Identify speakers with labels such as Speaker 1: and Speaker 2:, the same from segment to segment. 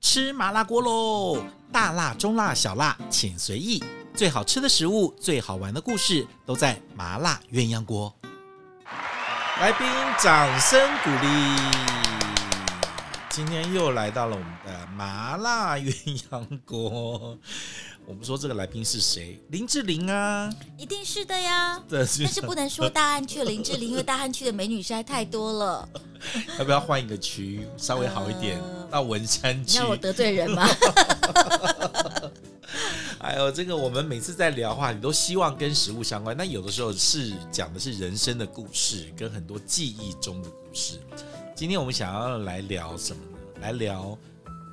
Speaker 1: 吃麻辣锅喽！大辣、中辣、小辣，请随意。最好吃的食物，最好玩的故事，都在麻辣鸳鸯锅。
Speaker 2: 来宾掌声鼓励！今天又来到了我们的麻辣鸳鸯锅。我们说这个来宾是谁？林志玲啊，
Speaker 3: 一定是的 呀。
Speaker 2: 这
Speaker 3: 但是不能说大安区的林志 玲，因为大安区的美女实在太多 了。
Speaker 2: 要不要换一个区，稍微好一点，
Speaker 3: 呃
Speaker 2: 到文山
Speaker 3: 你
Speaker 2: 区？
Speaker 3: 让我得罪人吗？
Speaker 2: 哎呦，这个我们每次在聊话，你都希望跟食物相关，但有的时候是讲的是人生的故事，跟很多记忆中的故事。今天我们想要来聊什么呢？来聊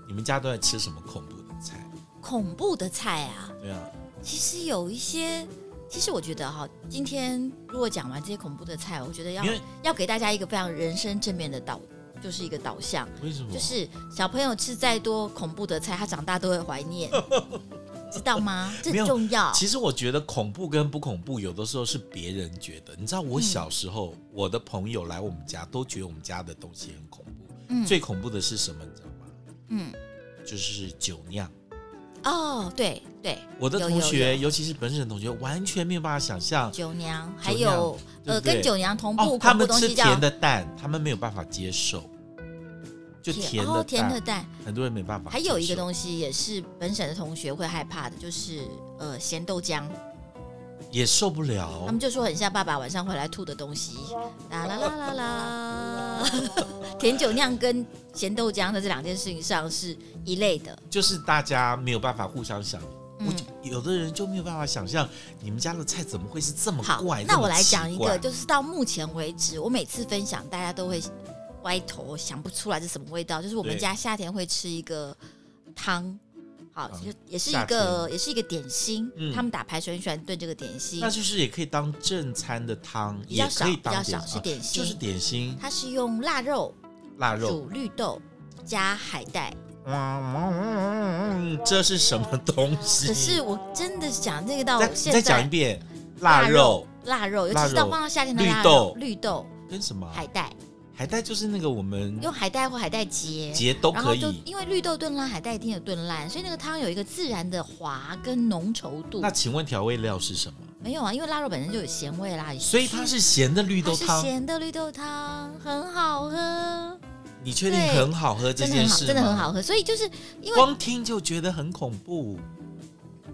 Speaker 2: 你们家都在吃什么恐怖的菜？
Speaker 3: 恐怖的菜啊，
Speaker 2: 对啊，
Speaker 3: 其实有一些，其实我觉得哈，今天如果讲完这些恐怖的菜，我觉得要
Speaker 2: 因为
Speaker 3: 要给大家一个非常人生正面的导，就是一个导向，
Speaker 2: 为什么？
Speaker 3: 就是小朋友吃再多恐怖的菜，他长大都会怀 念，知道吗？这
Speaker 2: 没有
Speaker 3: 很重要。
Speaker 2: 其实我觉得恐怖跟不恐怖，有的时候是别人觉得。你知道，我小时候、我的朋友来我们家，都觉得我们家的东西很恐怖。
Speaker 3: 嗯
Speaker 2: 最恐怖的是什么？你知道吗？
Speaker 3: 嗯，
Speaker 2: 就是酒酿。
Speaker 3: 哦，对对，
Speaker 2: 我的
Speaker 3: 有
Speaker 2: 同
Speaker 3: 有
Speaker 2: 学，
Speaker 3: 有
Speaker 2: 尤其是本省同学，完全没有办法想象
Speaker 3: 九娘，还
Speaker 2: 酒酿
Speaker 3: 有
Speaker 2: 对
Speaker 3: 呃，
Speaker 2: 不对
Speaker 3: 跟九娘同步
Speaker 2: 哦，他
Speaker 3: 恐怖
Speaker 2: 们
Speaker 3: 东
Speaker 2: 吃
Speaker 3: 西叫
Speaker 2: 甜的蛋，他们没有办法接受，就甜的蛋，
Speaker 3: 哦，甜的蛋。
Speaker 2: 很多人没办法接受。
Speaker 3: 还有一个东西也是本省的同学会害怕的，就是呃咸豆浆，
Speaker 2: 哦也受不
Speaker 3: 他
Speaker 2: 了
Speaker 3: 们，就说很像爸爸晚上回来吐的东西。
Speaker 2: 哦
Speaker 3: 啦啦啦啦啦， 甜酒酿跟咸豆浆在这两件事情上是一类的。
Speaker 2: 就是大家没有办法互相想。
Speaker 3: 嗯
Speaker 2: 我就有的人就没有办法想象你们家的菜怎么会是这么
Speaker 3: 好
Speaker 2: 怪。，
Speaker 3: 那
Speaker 2: 这
Speaker 3: 我
Speaker 2: 么
Speaker 3: 来
Speaker 2: 奇
Speaker 3: 讲一
Speaker 2: 怪
Speaker 3: 个，就是到目前为止，我每次分享大家都会歪头，想不出来是什么味道。就是我们
Speaker 2: 对
Speaker 3: 家夏天会吃一个汤，好，
Speaker 2: 汤
Speaker 3: 就也是
Speaker 2: 夏
Speaker 3: 一个也是一个点心，
Speaker 2: 嗯
Speaker 3: 他们打排球很喜欢炖这个点心
Speaker 2: 那。就是也可以当正餐的汤，
Speaker 3: 比
Speaker 2: 也
Speaker 3: 较少，
Speaker 2: 可以
Speaker 3: 比较
Speaker 2: 当
Speaker 3: 少
Speaker 2: 点心，
Speaker 3: 是点
Speaker 2: 啊
Speaker 3: 心，
Speaker 2: 就是点心
Speaker 3: 它是用腊肉
Speaker 2: 腊肉。
Speaker 3: 煮绿豆加海带。
Speaker 2: 嗯，这是什么东西？
Speaker 3: 可是我真的讲这个到
Speaker 2: 再你
Speaker 3: 现
Speaker 2: 再
Speaker 3: 在，
Speaker 2: 讲一遍，腊肉
Speaker 3: 腊肉，尤
Speaker 2: 腊
Speaker 3: 其是到
Speaker 2: 肉
Speaker 3: 放到夏天的
Speaker 2: 绿
Speaker 3: 腊
Speaker 2: 豆
Speaker 3: 肉、绿豆、
Speaker 2: 跟什么啊？嗯
Speaker 3: 海带，
Speaker 2: 海带就是那个我们
Speaker 3: 用海带或海带结。
Speaker 2: 节都
Speaker 3: 然
Speaker 2: 可
Speaker 3: 后就
Speaker 2: 以。
Speaker 3: 因为绿豆炖烂，海带一定有炖烂，所以那个汤有一个自然的滑跟浓稠度
Speaker 2: 那。请问调味料是什么？
Speaker 3: 没有啊，因为腊肉本身就有咸味啦，
Speaker 2: 所以它是咸的绿
Speaker 3: 它
Speaker 2: 豆
Speaker 3: 是
Speaker 2: 汤，
Speaker 3: 咸的绿豆汤，很好喝，
Speaker 2: 你确定
Speaker 3: 对
Speaker 2: 很好喝这
Speaker 3: 真的很
Speaker 2: 件
Speaker 3: 好，
Speaker 2: 事
Speaker 3: 真的很
Speaker 2: 吗
Speaker 3: 好喝。所以就是因为
Speaker 2: 光听就觉得很恐怖。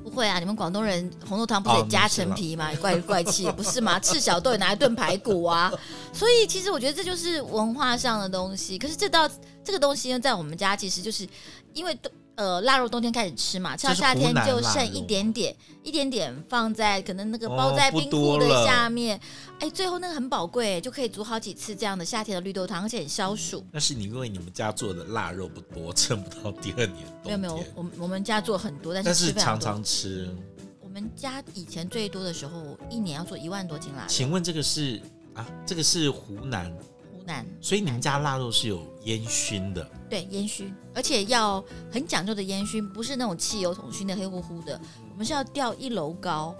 Speaker 3: 不会啊，你们广东人红豆汤不是
Speaker 2: 啊
Speaker 3: 也加陈皮吗？怪怪气的不 是吗？赤小豆也拿来炖排骨啊，所以其实我觉得这就是文化上的东西。可是这道这个东西呢，在我们家其实就是因为冬呃腊肉冬天开始吃嘛，吃到
Speaker 2: 这是
Speaker 3: 夏天
Speaker 2: 湖南
Speaker 3: 就
Speaker 2: 腊
Speaker 3: 剩
Speaker 2: 肉
Speaker 3: 一点点，一点点放在可能那个
Speaker 2: 哦
Speaker 3: 包在
Speaker 2: 不
Speaker 3: 冰库
Speaker 2: 多了
Speaker 3: 的下面，哎，最后那个很宝贵，就可以煮好几次这样的夏天的绿豆汤，而且很消暑。
Speaker 2: 那是你因为你们家做的腊肉不多，撑不到第二年冬
Speaker 3: 没有
Speaker 2: 天。
Speaker 3: 没有，我们我们家做很多，但是
Speaker 2: 但
Speaker 3: 吃
Speaker 2: 是
Speaker 3: 非常
Speaker 2: 常
Speaker 3: 多。
Speaker 2: 常吃。
Speaker 3: 我们家以前最多的时候，一年要做一万多斤腊肉。
Speaker 2: 请问这个是啊？这个是湖南，
Speaker 3: 湖南
Speaker 2: 所以你们家腊肉是有烟熏的，
Speaker 3: 对烟熏，而且要很讲究的烟熏，不是那种汽油桶熏的黑乎乎的，我们是要吊一楼高，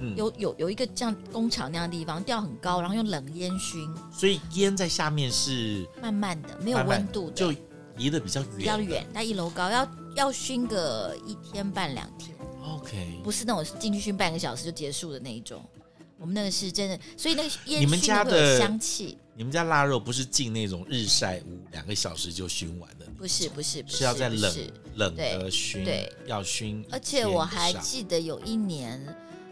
Speaker 2: 嗯，
Speaker 3: 有有有一个像工厂那样的地方，吊很高，然后用冷烟熏，
Speaker 2: 所以烟在下面是
Speaker 3: 慢慢的，没有
Speaker 2: 慢慢
Speaker 3: 温度的，
Speaker 2: 就离得比较远，
Speaker 3: 比较远，但一楼高要要熏个一天半两天，
Speaker 2: OK，
Speaker 3: 不是那种进去熏半个小时就结束的那一种。我们那个是真的，所以那个
Speaker 2: 你
Speaker 3: 烟
Speaker 2: 们
Speaker 3: 熏
Speaker 2: 家
Speaker 3: 的
Speaker 2: 的
Speaker 3: 会有香气，
Speaker 2: 你们家腊肉不是进那种日晒屋，两个小时就熏完的，
Speaker 3: 不是不是不是
Speaker 2: 是要在
Speaker 3: 不
Speaker 2: 冷
Speaker 3: 是
Speaker 2: 冷
Speaker 3: 对
Speaker 2: 的熏，
Speaker 3: 对
Speaker 2: 要熏一天以上。
Speaker 3: 而且我还记得有一年，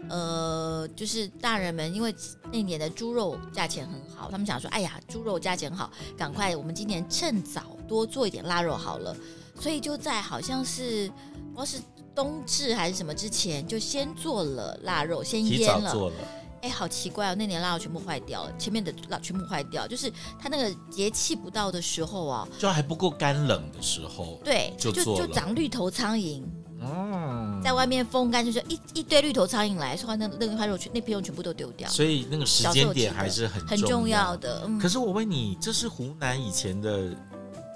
Speaker 3: 呃，就是大人们因为那年的猪肉价钱很好，他们想说，哎呀，猪肉价钱好，赶快我们今年趁早多做一点腊肉好了，所以就在好像是不知道是冬至还是什么之前，就先做了腊肉，先
Speaker 2: 提
Speaker 3: 腌
Speaker 2: 早
Speaker 3: 了。
Speaker 2: 做了，
Speaker 3: 哎，好奇怪哦，那年腊肉全部坏掉了，前面的腊全部坏掉，就是它那个节气不到的时候啊，
Speaker 2: 就还不够干冷的时候，
Speaker 3: 对，
Speaker 2: 就
Speaker 3: 就
Speaker 2: 做
Speaker 3: 就
Speaker 2: 了
Speaker 3: 长绿头苍蝇。
Speaker 2: 嗯，
Speaker 3: 在外面风干，就是一一堆绿头苍蝇来，说那那个块肉全那批肉全部都丢掉，
Speaker 2: 所以那个时间点还是很
Speaker 3: 很重要。的。嗯，
Speaker 2: 可是我问你，这是湖南以前的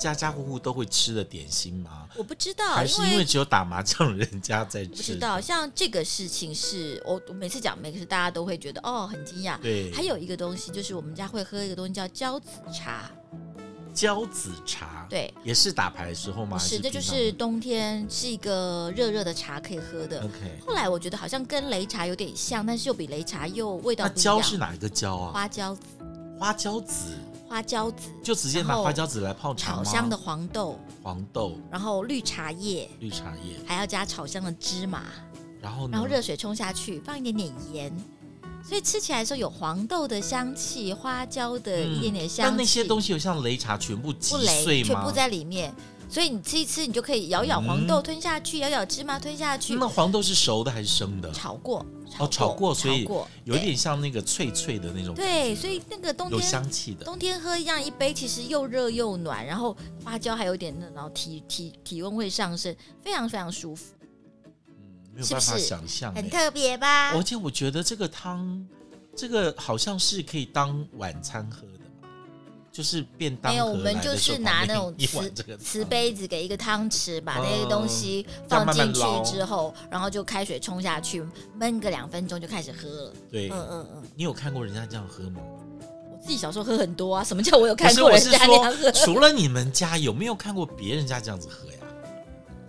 Speaker 2: 家家户户都会吃的点心吗？
Speaker 3: 我不知道，
Speaker 2: 还是因为只有打麻将人家在
Speaker 3: 不知
Speaker 2: 吃？
Speaker 3: 道，像这个事情是我我每次讲每个事，大家都会觉得哦很惊讶。
Speaker 2: 对，
Speaker 3: 还有一个东西就是我们家会喝一个东西叫胶子茶，
Speaker 2: 胶子茶，，
Speaker 3: 对，
Speaker 2: 也是打牌的时候吗？
Speaker 3: 不是，这
Speaker 2: 还
Speaker 3: 就是冬天是一个热热的茶可以喝
Speaker 2: 平
Speaker 3: 的
Speaker 2: 常。OK。
Speaker 3: 后来我觉得好像跟擂茶有点像，但是又比擂茶又味道
Speaker 2: 那
Speaker 3: 不一样。
Speaker 2: 胶是哪一个胶啊？
Speaker 3: 花椒籽
Speaker 2: 花椒籽，
Speaker 3: 花椒籽
Speaker 2: 就直接拿
Speaker 3: 然后
Speaker 2: 花椒籽来泡茶
Speaker 3: 炒
Speaker 2: 吗？
Speaker 3: 香的黄豆，
Speaker 2: 黄豆、
Speaker 3: 然后绿茶叶，
Speaker 2: 绿茶叶，
Speaker 3: 还要加炒香的芝麻，
Speaker 2: 然后呢？
Speaker 3: 然后热水冲下去，放一点点盐。所以吃起来的时候有黄豆的香气，花椒的
Speaker 2: 嗯
Speaker 3: 一点点香气，
Speaker 2: 但那些东西有像擂茶全部击
Speaker 3: 不雷
Speaker 2: 碎
Speaker 3: 全部
Speaker 2: 吗？
Speaker 3: 在里面。所以你吃一吃，你就可以咬咬黄豆
Speaker 2: 嗯
Speaker 3: 吞下去，咬咬芝麻吞下去。
Speaker 2: 那黄豆是熟的还是生的？
Speaker 3: 炒过，
Speaker 2: 哦炒过所以
Speaker 3: 炒过
Speaker 2: 有一点像那个脆脆的那种，
Speaker 3: 对，对所以那个冬
Speaker 2: 有
Speaker 3: 天
Speaker 2: 香气的。
Speaker 3: 冬天喝一样一杯，其实又热又暖，然后花椒还有点那，然后体体体温会上升，非常非常舒服，
Speaker 2: 嗯没有
Speaker 3: 是
Speaker 2: 办
Speaker 3: 不
Speaker 2: 法
Speaker 3: 是
Speaker 2: 想象、
Speaker 3: 很
Speaker 2: 欸。
Speaker 3: 特别啊吧？
Speaker 2: 而且我觉得这个汤，这个好像是可以当晚餐喝的嘛，就是便当
Speaker 3: 没有，
Speaker 2: 盒
Speaker 3: 我们
Speaker 2: 来
Speaker 3: 就
Speaker 2: 的时候
Speaker 3: 是拿
Speaker 2: 旁
Speaker 3: 那
Speaker 2: 边
Speaker 3: 种
Speaker 2: 一
Speaker 3: 瓷
Speaker 2: 碗这个汤
Speaker 3: 瓷杯子给一个汤匙，把那些
Speaker 2: 嗯
Speaker 3: 东西
Speaker 2: 这样
Speaker 3: 放
Speaker 2: 慢慢
Speaker 3: 进去
Speaker 2: 捞
Speaker 3: 之后，然后就开水冲下去，焖个两分钟就开始喝了。
Speaker 2: 对
Speaker 3: 嗯，嗯嗯，
Speaker 2: 你有看过人家这样喝吗？
Speaker 3: 我自己小时候喝很多啊，什么叫我有
Speaker 2: 不
Speaker 3: 看
Speaker 2: 是，
Speaker 3: 过
Speaker 2: 我
Speaker 3: 人
Speaker 2: 是
Speaker 3: 家那样
Speaker 2: 说，
Speaker 3: 喝？
Speaker 2: 除了你们家，有没有看过别人家这样子喝呀？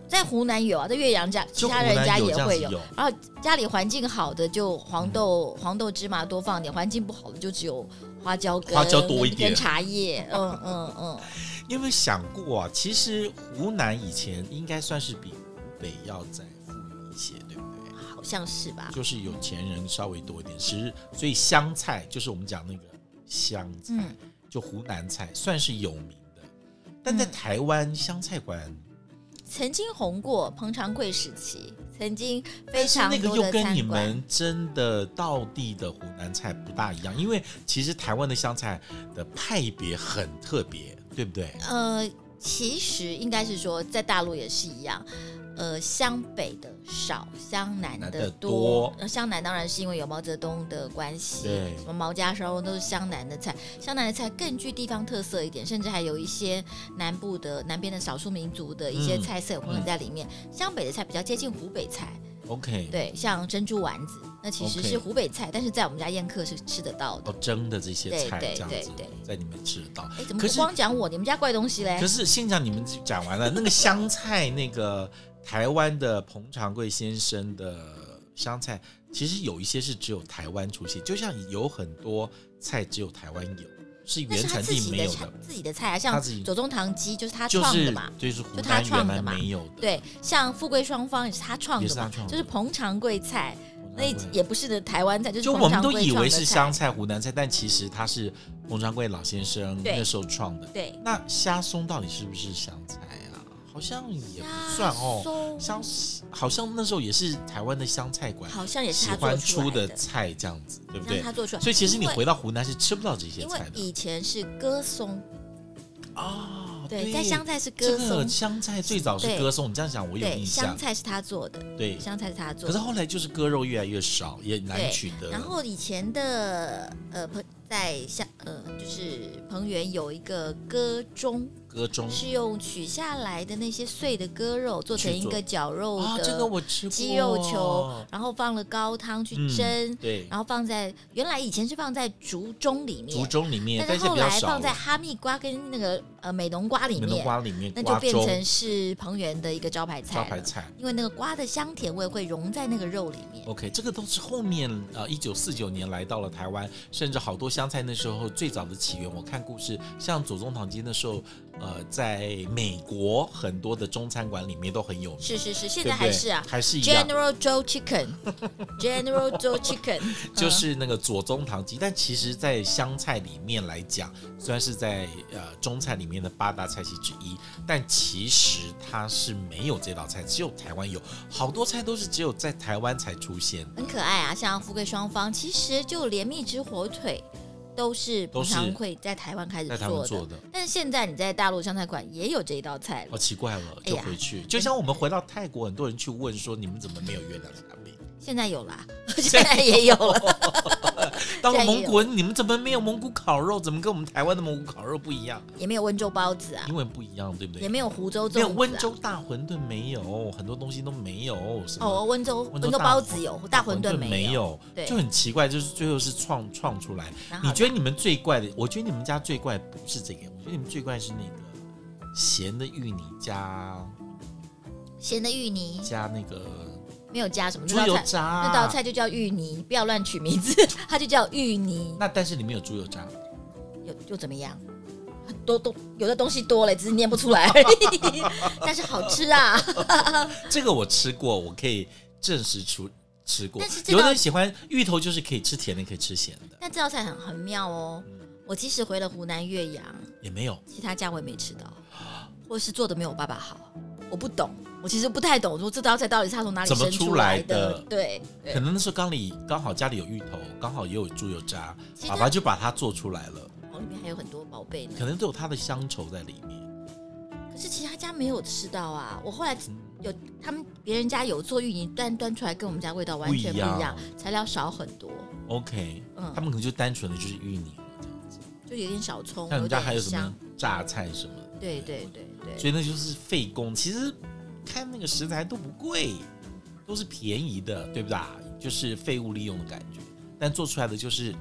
Speaker 3: 在湖南有啊，在岳阳家，其
Speaker 2: 就湖
Speaker 3: 他人
Speaker 2: 南
Speaker 3: 家
Speaker 2: 有
Speaker 3: 也
Speaker 2: 这样
Speaker 3: 会
Speaker 2: 子
Speaker 3: 有。
Speaker 2: 有，嗯
Speaker 3: 然后家里环境好的就黄豆、黄豆芝麻多放点，环境不好的就只有花椒跟
Speaker 2: 花椒多一点
Speaker 3: 跟茶叶，嗯嗯嗯，
Speaker 2: 你有没有想过啊？其实湖南以前应该算是比湖北要再富裕一些，对不对？
Speaker 3: 好像是吧？
Speaker 2: 就是有钱人稍微多一点，其实所以湘菜就是我们讲那个湘菜，
Speaker 3: 嗯
Speaker 2: 就湖南菜算是有名的，但在
Speaker 3: 嗯
Speaker 2: 台湾湘菜馆，
Speaker 3: 曾经红过彭长贵时期，曾经非
Speaker 2: 但是
Speaker 3: 常
Speaker 2: 那个
Speaker 3: 多
Speaker 2: 又
Speaker 3: 的
Speaker 2: 跟你
Speaker 3: 餐馆。
Speaker 2: 们真的道地的湖南菜不大一样，因为其实台湾的湘菜的派别很特别，对不对？
Speaker 3: 呃，其实应该是说，在大陆也是一样。呃，湘北的少，湘南
Speaker 2: 南
Speaker 3: 的
Speaker 2: 的
Speaker 3: 多
Speaker 2: 多。
Speaker 3: 呃湘南当然是因为有毛泽东的关系，
Speaker 2: 对
Speaker 3: 什么毛家烧肉都是湘南的菜，湘南的菜更具地方特色一点，甚至还有一些南部的南边的少数民族的一些
Speaker 2: 嗯
Speaker 3: 菜色有混合在里面。湘北的菜比较接近湖北菜，
Speaker 2: OK，
Speaker 3: 对，像珍珠丸子，那其实
Speaker 2: OK
Speaker 3: 是湖北菜，但是在我们家宴客是吃得到的
Speaker 2: 哦。，蒸的这些
Speaker 3: 对
Speaker 2: 菜
Speaker 3: 对
Speaker 2: 这样
Speaker 3: 对
Speaker 2: 子
Speaker 3: 对，
Speaker 2: 在你们吃得到。
Speaker 3: 哎，怎么
Speaker 2: 可是
Speaker 3: 光讲我？你们家怪东西嘞
Speaker 2: 可？是先讲你们讲完了那个湘菜，那个台湾的彭长贵先生的湘菜，其实有一些是只有台湾出现，就像有很多菜只有台湾有，是
Speaker 3: 那
Speaker 2: 原
Speaker 3: 是他
Speaker 2: 产
Speaker 3: 自
Speaker 2: 地
Speaker 3: 己
Speaker 2: 没
Speaker 3: 的
Speaker 2: 有
Speaker 3: 菜
Speaker 2: 的，，
Speaker 3: 自己的菜啊，
Speaker 2: 他
Speaker 3: 像
Speaker 2: 自己
Speaker 3: 左宗棠鸡就是他
Speaker 2: 就
Speaker 3: 创的
Speaker 2: 是
Speaker 3: 嘛。
Speaker 2: 就是湖
Speaker 3: 就他
Speaker 2: 南
Speaker 3: 创
Speaker 2: 原
Speaker 3: 的
Speaker 2: 来
Speaker 3: 嘛
Speaker 2: 没有的，
Speaker 3: 对，像富贵双方也是他创
Speaker 2: 也
Speaker 3: 的
Speaker 2: 是他
Speaker 3: 嘛，
Speaker 2: 创的
Speaker 3: 就是彭长贵菜，
Speaker 2: 湖南
Speaker 3: 那
Speaker 2: 味
Speaker 3: 也不是的台湾菜，就是
Speaker 2: 就
Speaker 3: 彭
Speaker 2: 我们
Speaker 3: 长
Speaker 2: 都
Speaker 3: 贵
Speaker 2: 以
Speaker 3: 创
Speaker 2: 为
Speaker 3: 的
Speaker 2: 是
Speaker 3: 菜
Speaker 2: 湘菜、湖南菜，但其实它是彭长贵老先生
Speaker 3: 对
Speaker 2: 那时候创的。
Speaker 3: 对，
Speaker 2: 那虾松到底是不是湘菜啊？好像也不算哦。
Speaker 3: 松
Speaker 2: 香，好像那时候也是台湾的湘菜馆
Speaker 3: 好像也是
Speaker 2: 喜
Speaker 3: 他做
Speaker 2: 欢出
Speaker 3: 出来
Speaker 2: 的
Speaker 3: 的，
Speaker 2: 菜，这样子，对不
Speaker 3: 让
Speaker 2: 对？
Speaker 3: 他做出来。
Speaker 2: 所以其实你
Speaker 3: 因为
Speaker 2: 回到湖南是吃不到这些
Speaker 3: 因为
Speaker 2: 菜的
Speaker 3: 以前是歌松，
Speaker 2: 啊。
Speaker 3: 对，在湘菜是
Speaker 2: 这
Speaker 3: 歌
Speaker 2: 个
Speaker 3: 松，
Speaker 2: 湘菜最早是
Speaker 3: 对
Speaker 2: 歌颂，你这样讲我有
Speaker 3: 对，
Speaker 2: 印
Speaker 3: 湘
Speaker 2: 象。
Speaker 3: 菜是他做的，
Speaker 2: 对，
Speaker 3: 湘菜是他做
Speaker 2: 可是
Speaker 3: 的。
Speaker 2: 后来就是割肉越来越少，也难
Speaker 3: 对
Speaker 2: 取得。
Speaker 3: 然后以前的呃彭在湘呃就是彭园有一个歌中，
Speaker 2: 割中
Speaker 3: 是用取下来的那些碎的割肉做成
Speaker 2: 去
Speaker 3: 一
Speaker 2: 做
Speaker 3: 个绞肉
Speaker 2: 啊，
Speaker 3: 的
Speaker 2: 这个我吃过
Speaker 3: 鸡肉球，然后放了高汤去
Speaker 2: 嗯
Speaker 3: 蒸，
Speaker 2: 对，
Speaker 3: 然后放在原来以前是放在竹盅里
Speaker 2: 竹
Speaker 3: 面，
Speaker 2: 中里面，
Speaker 3: 但
Speaker 2: 但
Speaker 3: 是
Speaker 2: 是
Speaker 3: 后
Speaker 2: 比较
Speaker 3: 来
Speaker 2: 少
Speaker 3: 放在
Speaker 2: 了
Speaker 3: 哈密瓜跟那个呃美浓瓜里
Speaker 2: 美浓
Speaker 3: 面，
Speaker 2: 瓜里面，
Speaker 3: 那就
Speaker 2: 瓜
Speaker 3: 变
Speaker 2: 粥
Speaker 3: 成是彭园的一个招牌菜
Speaker 2: 招
Speaker 3: 了
Speaker 2: 牌菜。
Speaker 3: 因为那个瓜的香甜味会融在那个肉里面。
Speaker 2: OK，这个都是后面呃，一九四九年来到了台湾，甚至好多湘菜那时候最早的起源。我看故事，像左宗棠鸡那时候，呃，在美国很多的中餐馆里面都很有名，
Speaker 3: 是是是，现
Speaker 2: 对
Speaker 3: 在
Speaker 2: 不对
Speaker 3: 还是啊。
Speaker 2: 还是一样，
Speaker 3: General Joe Chicken，General Joe Chicken，
Speaker 2: 就是那个左宗棠鸡。但其实，在湘菜里面来讲，虽然是在呃中菜里面的八大菜系之一，但其实它是没有这道菜，只有台湾有，好多菜都是只有在台湾才出现的
Speaker 3: 很可爱啊，像富贵双方，其实就连蜜汁火腿都是
Speaker 2: 都
Speaker 3: 彭
Speaker 2: 是
Speaker 3: 常贵在台湾开始
Speaker 2: 在台
Speaker 3: 做
Speaker 2: 湾
Speaker 3: 的，
Speaker 2: 做的。
Speaker 3: 但是现在你在大陆湘菜馆也有这一道菜
Speaker 2: 好、
Speaker 3: 了，
Speaker 2: 哦奇怪了，
Speaker 3: 哎
Speaker 2: 就
Speaker 3: 呀
Speaker 2: 回去。就像我们回到泰国，很多人去 问说，你们怎么没有月亮虾饼？
Speaker 3: 现在有啦，现在也有了，
Speaker 2: 到了
Speaker 3: 在
Speaker 2: 蒙古，你们怎么没有蒙古烤肉？怎么跟我们台湾的蒙古烤肉不一样？
Speaker 3: 也没有温州包子啊，
Speaker 2: 因为不一样，对不
Speaker 3: 也
Speaker 2: 对？
Speaker 3: 没有湖州粽子、
Speaker 2: 没
Speaker 3: 啊，
Speaker 2: 有温州大馄饨没有，很多东西都没有。什么
Speaker 3: 哦，温州
Speaker 2: 温
Speaker 3: 温
Speaker 2: 州
Speaker 3: 州
Speaker 2: 大
Speaker 3: 包子有，大馄饨
Speaker 2: 没
Speaker 3: 有。
Speaker 2: 有
Speaker 3: 对
Speaker 2: 就很奇怪，就是最后是创创出来。
Speaker 3: 然后
Speaker 2: 你觉得你们最怪的？我觉得你们家最怪不是这个，我觉得你们最怪是那个咸的芋泥加
Speaker 3: 咸的芋泥
Speaker 2: 加那个
Speaker 3: 没有加什么，
Speaker 2: 猪
Speaker 3: 那道
Speaker 2: 油啊
Speaker 3: 菜
Speaker 2: 渣、
Speaker 3: 那道菜就叫芋泥，不要乱取名字，它就叫芋泥，
Speaker 2: 那但是里面有猪油渣，
Speaker 3: 又又怎么样？多多有的东西多了，只是念不出来而已， 但是好吃啊！
Speaker 2: 这个我吃过，我可以证实出吃过
Speaker 3: 但是。这
Speaker 2: 有
Speaker 3: 道
Speaker 2: 的人喜欢芋头，就是可以吃甜的，可以吃咸的，
Speaker 3: 但这道菜很很妙哦。我即使回了湖南岳阳，
Speaker 2: 也没有。
Speaker 3: 其他家我也没吃到，或是做的没有我爸爸好，我不懂，我其实不太懂，我说这道菜到底是他从哪里
Speaker 2: 怎么
Speaker 3: 生
Speaker 2: 出来
Speaker 3: 来
Speaker 2: 的
Speaker 3: 对，对
Speaker 2: 可能那时候刚里刚好家里有芋头，刚好也有猪油渣，
Speaker 3: 其实
Speaker 2: 爸爸就把它做出来了，
Speaker 3: 哦里面还有很多宝贝呢。
Speaker 2: 可能都有它的乡愁在里面。
Speaker 3: 可是其他家没有吃到啊！我后来有他们别人家有做芋泥，但端出来跟我们家味道完全不
Speaker 2: 不一
Speaker 3: 一样
Speaker 2: 样，
Speaker 3: 材料少很多，
Speaker 2: OK，、
Speaker 3: 嗯
Speaker 2: 他们可能就单纯的就是芋泥这样子。
Speaker 3: 就有点小葱，
Speaker 2: 像你们家
Speaker 3: 点
Speaker 2: 还有什
Speaker 3: 香
Speaker 2: 么。榨菜什么的，
Speaker 3: 对对对对，
Speaker 2: 所以那就是费工。其实看那个食材都不贵，都是便宜的，对不对？就是废物利用的感觉，但做出来的就是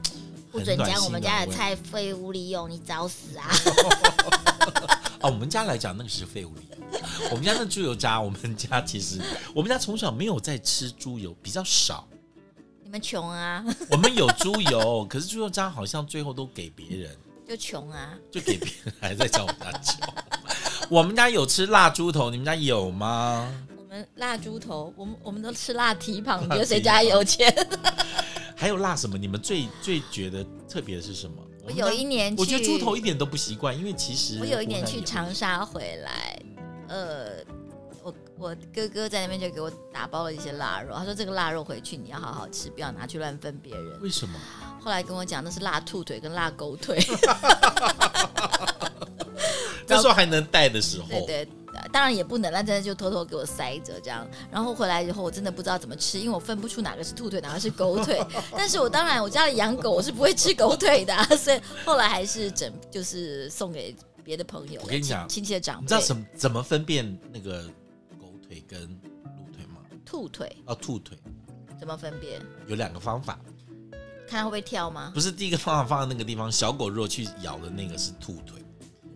Speaker 3: 不
Speaker 2: 很
Speaker 3: 准
Speaker 2: 暖
Speaker 3: 讲我
Speaker 2: 心
Speaker 3: 们家
Speaker 2: 暖
Speaker 3: 的
Speaker 2: 胃。
Speaker 3: 菜废物利用，你找死啊！
Speaker 2: 哦，我们家来讲那个是废物利用，我们家那猪油渣，我们家其实我们家从小没有在吃猪油，比较少。
Speaker 3: 你们穷啊，
Speaker 2: 我们有猪油，可是猪油渣好像最后都给别人，
Speaker 3: 就穷啊！
Speaker 2: 就给别人，还在叫我们家穷。我们家有吃腊猪头，你们家有吗？
Speaker 3: 我们腊猪头，我们我们都吃腊蹄膀，你觉
Speaker 2: 腊
Speaker 3: 得
Speaker 2: 蹄
Speaker 3: 谁家有钱？
Speaker 2: 还有辣什么？你们最最觉得特别的是什么？
Speaker 3: 我
Speaker 2: 们
Speaker 3: 有
Speaker 2: 当
Speaker 3: 一年去，
Speaker 2: 我觉得猪头一点都不习惯，因为其实
Speaker 3: 我有一年
Speaker 2: 湖南
Speaker 3: 去
Speaker 2: 有
Speaker 3: 长沙回来，呃，我我哥哥在那边就给我打包了一些腊肉，他说这个腊肉回去你要好好吃，不要拿去乱分别人。
Speaker 2: 为什么？
Speaker 3: 后来跟我讲那是腊兔腿跟腊狗腿，
Speaker 2: 那时候还能带的时候，
Speaker 3: 对对。呃当然也不能，那真的就偷偷给我塞着这样。然后回来以后，我真的不知道怎么吃，因为我分不出哪个是兔腿，哪个是狗腿。 但是我当然我家里养狗，我是不会吃狗腿的啊、所以后来还是整就是送给别的朋友。
Speaker 2: 我跟你讲
Speaker 3: 亲亲戚的长辈，
Speaker 2: 你知道怎么怎么分辨那个狗腿跟鹿腿吗？
Speaker 3: 兔腿
Speaker 2: 啊，兔腿
Speaker 3: 怎么分辨？
Speaker 2: 有两个方法，
Speaker 3: 看它会不会跳吗？
Speaker 2: 不是第一个方法放在那个地方，小狗如果去咬的那个是兔腿，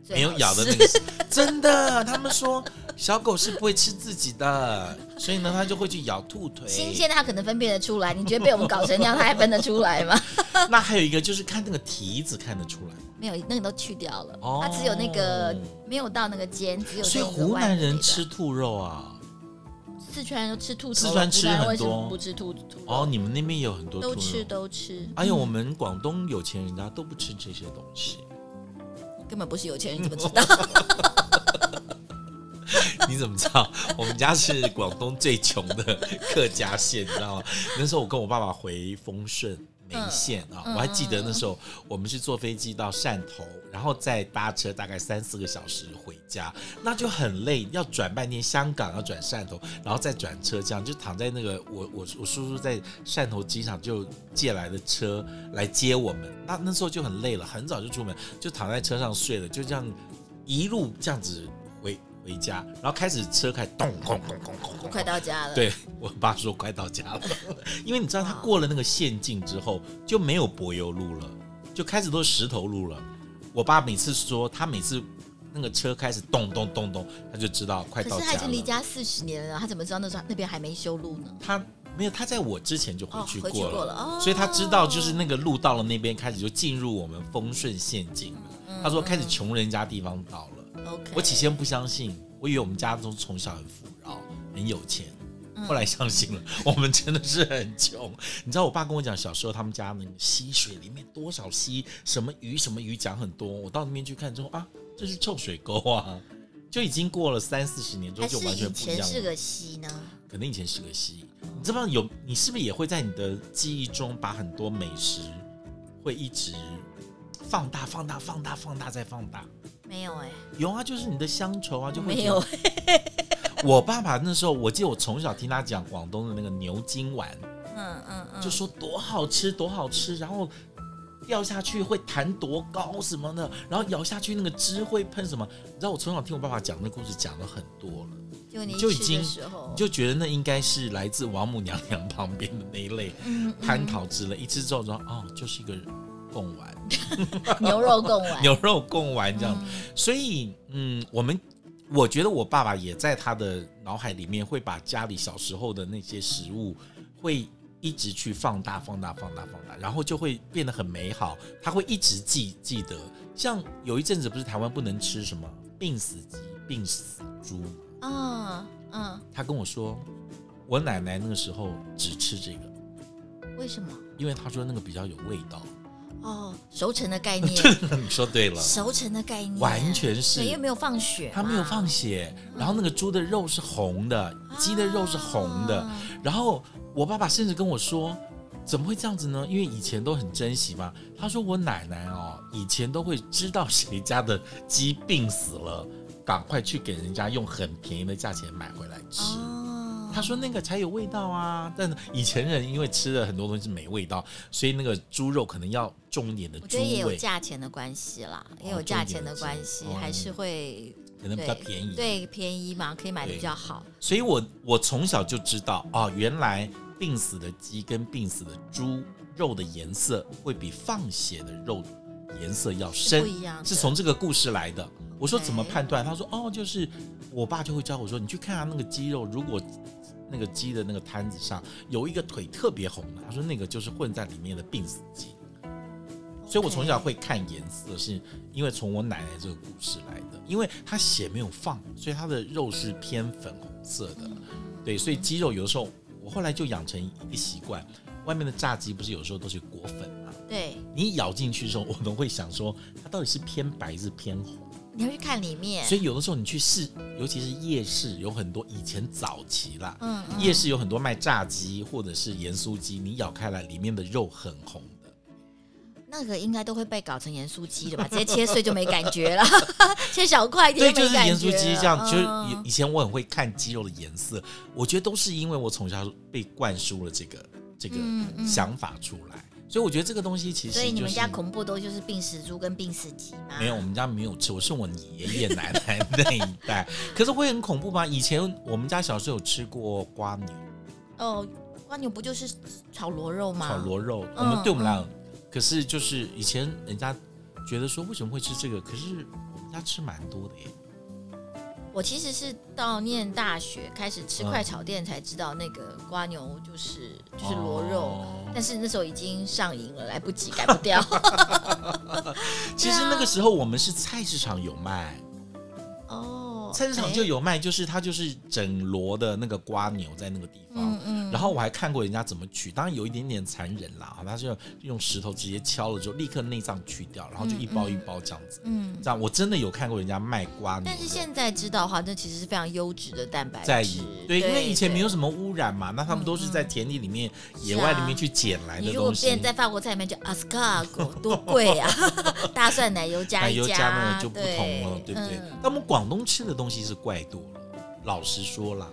Speaker 3: 最
Speaker 2: 没有
Speaker 3: 好
Speaker 2: 咬的
Speaker 3: 是
Speaker 2: 那个是真的。他们说小狗是不会吃自己的，所以呢，它就会去咬兔腿。
Speaker 3: 新鲜的，它可能分辨得出来。你觉得被我们搞成那样，它还分得出来吗？
Speaker 2: 那还有一个就是看那个蹄子看得出来。
Speaker 3: 没有，那个都去掉了，
Speaker 2: 哦
Speaker 3: 它只有那个没有到那个尖，只有
Speaker 2: 所以
Speaker 3: 那个
Speaker 2: 湖
Speaker 3: 外
Speaker 2: 南
Speaker 3: 面那
Speaker 2: 人
Speaker 3: 一
Speaker 2: 吃兔肉啊？
Speaker 3: 段，四川人都吃兔头，
Speaker 2: 四川吃
Speaker 3: 湖南人
Speaker 2: 很
Speaker 3: 为什么
Speaker 2: 多
Speaker 3: 不吃兔兔肉
Speaker 2: 哦，你们那边有很多兔
Speaker 3: 都
Speaker 2: 肉。
Speaker 3: 吃都吃，
Speaker 2: 哎呦，我们广东有钱人家都不吃这些东西，
Speaker 3: 根本不是有 钱人，你怎么知道？
Speaker 2: 你怎么知道？我们家是广东最穷的客家县，你知道吗？那时候我跟我爸爸回丰顺梅县啊，
Speaker 3: 嗯
Speaker 2: 我还记得那时候我们是坐飞机到汕头，然后再搭车大概三四个小时回家，那就很累，要转半天香港，要转汕头，然后再转车，这样就躺在那个我我我叔叔在汕头机场就借来的车来接我们，那那时候就很累了，很早就出门，就躺在车上睡了，就这样一路这样子回回家，然后开始车开始咚咚咚咚咚咚
Speaker 3: 快到家了，，
Speaker 2: 对 我爸说快到家了，因为你知
Speaker 3: 啊
Speaker 2: 道他过了那个县境之后就没有柏油路了，就开始都是石头路了。我爸每次说他每次那个车开始咚咚咚咚，他就知道快
Speaker 3: 可
Speaker 2: 到
Speaker 3: 是
Speaker 2: 家
Speaker 3: 他已
Speaker 2: 了
Speaker 3: 经。离家四十年了，他怎么知道那时候那边还没修路呢？
Speaker 2: 他没有，他在我之前就回
Speaker 3: 哦，
Speaker 2: 去
Speaker 3: 回去
Speaker 2: 过
Speaker 3: 过
Speaker 2: 了，
Speaker 3: 了，哦，
Speaker 2: 所以他知道就是那个路到了那边开始就进入我们丰顺县境了。
Speaker 3: 嗯
Speaker 2: 他说开始穷人家地方到了。
Speaker 3: OK，
Speaker 2: 我起先不相信，我以为我们家中从小很富饶，很有钱。
Speaker 3: 嗯
Speaker 2: 后来相信了， 我们真的是很穷。你知道，我爸跟我讲，小时候他们家那个溪水里面多少溪，什么鱼什么鱼，讲很多。我到那边去看之后啊，这是臭水沟啊，就已经过了三四十年之后，
Speaker 3: 还
Speaker 2: 就是完全
Speaker 3: 以
Speaker 2: 不一
Speaker 3: 前
Speaker 2: 样
Speaker 3: 是
Speaker 2: 了。
Speaker 3: 个西呢？
Speaker 2: 可能以前是个溪，你知不知道有？你是不是也会在你的记忆中把很多美食会一直放大、放大、放大、放大再放大？
Speaker 3: 没有哎，
Speaker 2: 有啊，就是你的乡愁啊，就会
Speaker 3: 没
Speaker 2: 觉得
Speaker 3: 有 哎
Speaker 2: 我爸爸那时候，我记得我从小听他讲广东的那个牛筋丸，
Speaker 3: 嗯嗯嗯，
Speaker 2: 就说多好吃，多好吃。然后掉下去会弹多高什么的，然后咬下去那个汁会喷什么。你知道我从小听我爸爸讲那故事讲了很多了，
Speaker 3: 就你
Speaker 2: 就已
Speaker 3: 吃
Speaker 2: 经
Speaker 3: 的时候
Speaker 2: 你，就觉得那应该是来自王母娘娘旁边的那一类
Speaker 3: 嗯
Speaker 2: 蟠桃之类。一吃之后说哦，就是一个贡丸，
Speaker 3: 牛肉贡 丸，
Speaker 2: 牛肉贡丸这样。
Speaker 3: 嗯
Speaker 2: 所以，嗯，我们我觉得我爸爸也在他的脑海里面会把家里小时候的那些食物会一直去放大、放大、放大、放大，然后就会变得很美好。他会一直记记得，像有一阵子不是台湾不能吃什么病死鸡、病死猪，
Speaker 3: 嗯嗯，
Speaker 2: 他跟我说，我奶奶那个时候只吃这个，
Speaker 3: 为什么？
Speaker 2: 因为她说那个比较有味道。
Speaker 3: 哦，熟成的概念，
Speaker 2: 你说对了。
Speaker 3: 熟成的概念，
Speaker 2: 完全是
Speaker 3: 对，因为没有放血嘛，
Speaker 2: 他没有放血，然后那个猪的肉是红的，鸡的肉是红的，
Speaker 3: 啊
Speaker 2: 然后我爸爸甚至跟我说：“怎么会这样子呢？因为以前都很珍惜嘛。”他说：“我奶奶哦，以前都会知道谁家的鸡病死了，赶快去给人家用很便宜的价钱买回来吃。
Speaker 3: 哦，
Speaker 2: 他说：“那个才有味道啊！”但以前人因为吃了很多东西没味道，所以那个猪肉可能要重一点的
Speaker 3: 我
Speaker 2: 猪
Speaker 3: 觉得也有
Speaker 2: 味，
Speaker 3: 价钱的关系啦，也
Speaker 2: 哦
Speaker 3: 有
Speaker 2: 重
Speaker 3: 价
Speaker 2: 点
Speaker 3: 钱的
Speaker 2: 是
Speaker 3: 关系，
Speaker 2: 哦
Speaker 3: 还是会
Speaker 2: 可能比较便宜。
Speaker 3: 对便宜嘛，可以买的
Speaker 2: 对
Speaker 3: 比较好。
Speaker 2: 所以我我从小就知道哦，原来病死的鸡跟病死的猪肉的颜色会比放血的肉颜色要
Speaker 3: 是
Speaker 2: 深
Speaker 3: 不，一样的，
Speaker 2: 是从这个故事来的。我说
Speaker 3: OK
Speaker 2: 怎么判断？他说哦，就是我爸就会教我说，你去看下那个鸡肉，如果那个鸡的那个摊子上有一个腿特别红的，他说那个就是混在里面的病死鸡。所以我从小会看颜色，是因为从我奶奶这个故事来的，因为她血没有放，所以她的肉是偏粉红色的，对，所以鸡肉有的时候我后来就养成一个习惯，外面的炸鸡不是有时候都是裹粉嘛，
Speaker 3: 对，
Speaker 2: 你咬进去的时候，我都会想说它到底是偏白是偏红，
Speaker 3: 你要去看里面，
Speaker 2: 所以有的时候你去市，尤其是夜市，有很多以前早期啦，
Speaker 3: 嗯嗯
Speaker 2: 夜市有很多卖炸鸡或者是盐酥鸡，你咬开来里面的肉很红的。
Speaker 3: 那个应该都会被搞成盐酥鸡的吧？直接切碎就没感 觉了，切小块一
Speaker 2: 对，
Speaker 3: 点
Speaker 2: 就是盐酥鸡这样，就是
Speaker 3: 嗯
Speaker 2: 以以前我很会看鸡肉的颜色，我觉得都是因为我从小被灌输了这个这个
Speaker 3: 嗯嗯
Speaker 2: 想法出来，所以我觉得这个东西其实、就
Speaker 3: 所
Speaker 2: 是、
Speaker 3: 以你们家恐怖都就是病死猪跟病死鸡吗？
Speaker 2: 没有，我们家没有吃，我是我爷爷奶 奶那一代，可是会很恐怖吗？以前我们家小时候有吃过瓜牛
Speaker 3: 哦，瓜牛不就是炒螺肉吗？
Speaker 2: 炒螺肉，我
Speaker 3: 嗯
Speaker 2: 们对我们来讲，可是就是以前人家觉得说为什么会吃这个，可是我们家吃蛮多的耶。
Speaker 3: 我其实是到念大学开始吃
Speaker 2: 嗯
Speaker 3: 快炒店才知道那个瓜牛就是就是螺肉。
Speaker 2: 哦
Speaker 3: 但是那时候已经上瘾了，来不及改不掉。
Speaker 2: 其
Speaker 3: 啊
Speaker 2: 实那个时候我们是菜市场有卖，
Speaker 3: 哦，
Speaker 2: 菜市场就
Speaker 3: 哎，
Speaker 2: 有卖，就是它就是整摞的那个瓜牛在那个地方。
Speaker 3: 嗯嗯，
Speaker 2: 然后我还看过人家怎么取，当然有一点点残忍啦，啊，他就用石头直接敲了之后，立刻内脏去掉，然后就一包一包这样子。
Speaker 3: 嗯，
Speaker 2: 这样我真的有看过人家卖瓜牛肉，
Speaker 3: 但是现在知道的话，那其实是非常优质的蛋白
Speaker 2: 在
Speaker 3: 质
Speaker 2: 以。对，因为以前没有
Speaker 3: 对嗯
Speaker 2: 什么污染嘛，那他们都是在田地里面、野
Speaker 3: 是
Speaker 2: 外
Speaker 3: 啊
Speaker 2: 里面去捡来
Speaker 3: 你
Speaker 2: 的
Speaker 3: 如果
Speaker 2: 东西
Speaker 3: 变。在法国菜里面叫 escargot，多贵 啊！大蒜奶油加
Speaker 2: 奶
Speaker 3: 一
Speaker 2: 油加那个就不
Speaker 3: 对
Speaker 2: 同了，对不对？
Speaker 3: 嗯
Speaker 2: 那我们广东吃的东西是怪多了，老实说啦，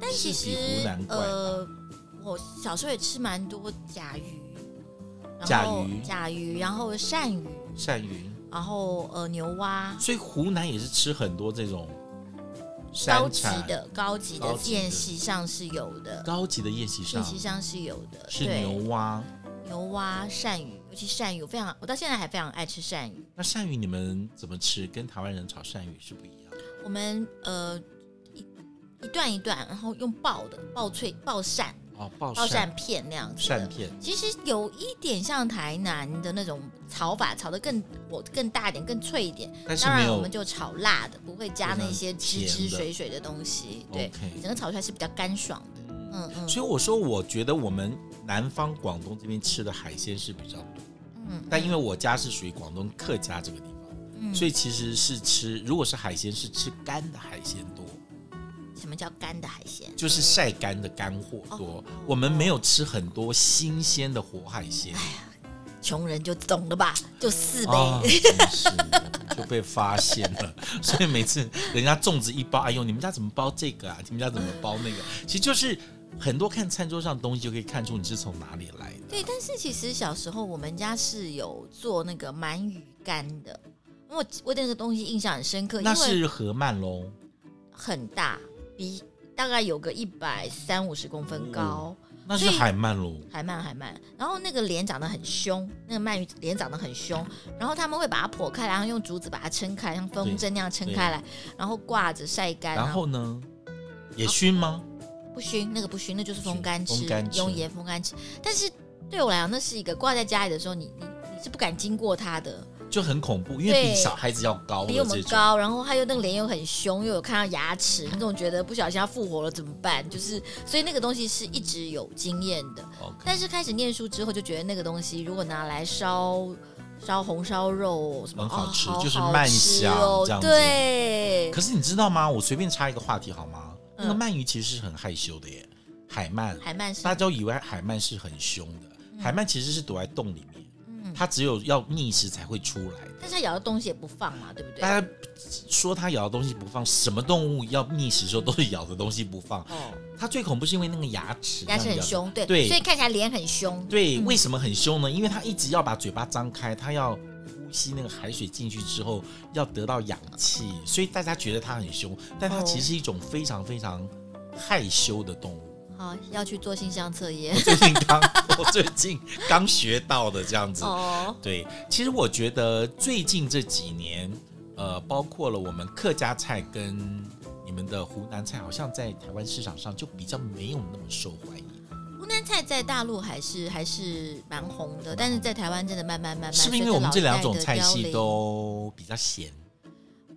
Speaker 3: 但其
Speaker 2: 是
Speaker 3: 实
Speaker 2: 比湖南怪吧
Speaker 3: 呃，我小时候也吃蛮多甲鱼，
Speaker 2: 甲
Speaker 3: 然后
Speaker 2: 鱼
Speaker 3: 甲鱼，然后鳝鱼，
Speaker 2: 鳝鱼，
Speaker 3: 然后呃牛蛙，
Speaker 2: 所以湖南也是吃很多这种
Speaker 3: 高
Speaker 2: 山
Speaker 3: 级
Speaker 2: 产
Speaker 3: 的高级的
Speaker 2: 高级的
Speaker 3: 宴席上是有的，
Speaker 2: 高级的宴席上
Speaker 3: 宴席上是有的，
Speaker 2: 是
Speaker 3: 对
Speaker 2: 牛蛙。
Speaker 3: 牛蛙、鳝鱼，尤其鳝鱼，我非常，我到现在还非常爱吃鳝鱼。
Speaker 2: 那鳝鱼你们怎么吃？跟台湾人炒鳝鱼是不一样的。
Speaker 3: 我们呃一一段一段，然后用爆的爆脆爆鳝
Speaker 2: 哦，爆
Speaker 3: 爆
Speaker 2: 鳝
Speaker 3: 鳝片那样子
Speaker 2: 鳝
Speaker 3: 的。
Speaker 2: 片，
Speaker 3: 其实有一点像台南的那种炒法，炒的更我更大一点，更脆一点。
Speaker 2: 但是
Speaker 3: 当
Speaker 2: 没
Speaker 3: 然，
Speaker 2: 有
Speaker 3: 我们就炒辣的，不会加
Speaker 2: 非常
Speaker 3: 那些汁
Speaker 2: 甜
Speaker 3: 汁
Speaker 2: 的
Speaker 3: 水水的东西。对
Speaker 2: OK
Speaker 3: 整个炒出来是比较干爽的。嗯嗯
Speaker 2: 所以我说，我觉得我们南方广东这边吃的海鲜是比较多，
Speaker 3: 嗯，
Speaker 2: 但因为我家是属于广东客家这个地方，
Speaker 3: 嗯
Speaker 2: 所以其实是吃，如果是海鲜是吃干的海鲜多，
Speaker 3: 什么叫干的海鲜？
Speaker 2: 就是晒干的干货
Speaker 3: 哦
Speaker 2: 多。我们没有吃很多新鲜的活海鲜，
Speaker 3: 穷人就懂了吧？就四杯。
Speaker 2: 啊， 真是就被发现了。 所以每次人家粽子一包，哎呦，你们家怎么包这个啊？你们家怎么包那个？其实就是很多看餐桌上的东西就可以看出你是从哪里来的。
Speaker 3: 对，但是其实小时候我们家是有做那个鳗鱼干的，因为我我对那个东西印象很深刻，因
Speaker 2: 那
Speaker 3: 为
Speaker 2: 是河鳗喽，
Speaker 3: 很大，比大概有个一百三五十公分高，
Speaker 2: 那是
Speaker 3: 所以
Speaker 2: 海鳗喽。
Speaker 3: 海鳗海鳗。然后那个脸长得很凶，那个鳗鱼脸长得很凶，然后他们会把它剖开来，然后用竹子把它撑开，像风筝那样撑开来，然后挂着晒干，啊
Speaker 2: 然后呢，也熏吗？
Speaker 3: 不熏，那个不熏，那就是风干
Speaker 2: 风
Speaker 3: 吃，
Speaker 2: 干吃
Speaker 3: 用盐风干吃。但是对我来讲，那是一个挂在家里的时候，你你你是不敢经过它的，
Speaker 2: 就很恐怖，因为
Speaker 3: 对
Speaker 2: 比小孩子要高的
Speaker 3: 比我们
Speaker 2: 哦这种。
Speaker 3: 高，然后他又那个脸又很凶，又有看到牙齿，你总觉得不小心他复活了怎么办？就是所以那个东西是一直有经验的，
Speaker 2: OK，
Speaker 3: 但是开始念书之后就觉得那个东西如果拿来烧。烧红烧肉什么
Speaker 2: 很好吃
Speaker 3: 哦、好
Speaker 2: 就是
Speaker 3: 好
Speaker 2: 慢
Speaker 3: 吃
Speaker 2: 香
Speaker 3: 哦
Speaker 2: 这样子
Speaker 3: 对，
Speaker 2: 可是你知道吗？我随便插一个话题好吗？那
Speaker 3: 嗯
Speaker 2: 个鳗鱼其实是很害羞的耶，海鳗，
Speaker 3: 海鳗是
Speaker 2: 大家都以为海鳗是很凶的，海鳗其实是躲在洞里面，
Speaker 3: 嗯，
Speaker 2: 它只有要觅食才会出来。
Speaker 3: 但是它咬的东西也不放嘛，对不对？
Speaker 2: 大家说它咬的东西不放，什么动物要觅食的时候都是咬的东西不放。
Speaker 3: 哦，
Speaker 2: 它最恐怖是因为那个牙齿，
Speaker 3: 牙齿
Speaker 2: 这样
Speaker 3: 很
Speaker 2: 咬的。
Speaker 3: 凶，对，嗯
Speaker 2: 对
Speaker 3: 所以看起来脸很凶，
Speaker 2: 对，为什么很凶呢？因为它一直要把嘴巴张开，它要呼吸那个海水进去之后，要得到氧气，所以大家觉得它很凶，但它
Speaker 3: 哦
Speaker 2: 其实是一种非常非常害羞的动物。
Speaker 3: 好，哦要去做性向测 验
Speaker 2: 我最近刚，我最近刚学到的这样子。
Speaker 3: 哦。
Speaker 2: 对，其实我觉得最近这几年，呃，包括了我们客家菜跟你们的湖南菜，好像在台湾市场上就比较没有那么受欢迎，
Speaker 3: 湖南菜在大陆还是还是蛮红的，但是在台湾真的慢慢慢慢，
Speaker 2: 是不是因为我们这两种
Speaker 3: 随着老
Speaker 2: 菜
Speaker 3: 一代的
Speaker 2: 系
Speaker 3: 凋零？
Speaker 2: 都比较咸？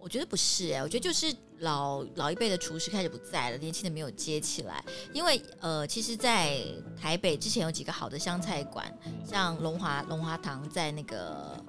Speaker 3: 我觉得不是哎、我觉得就是老老一辈的厨师开始不在了，年轻的没有接起来。因为呃，其实，在台北之前有几个好的湘菜馆，像龙华龙华堂在那个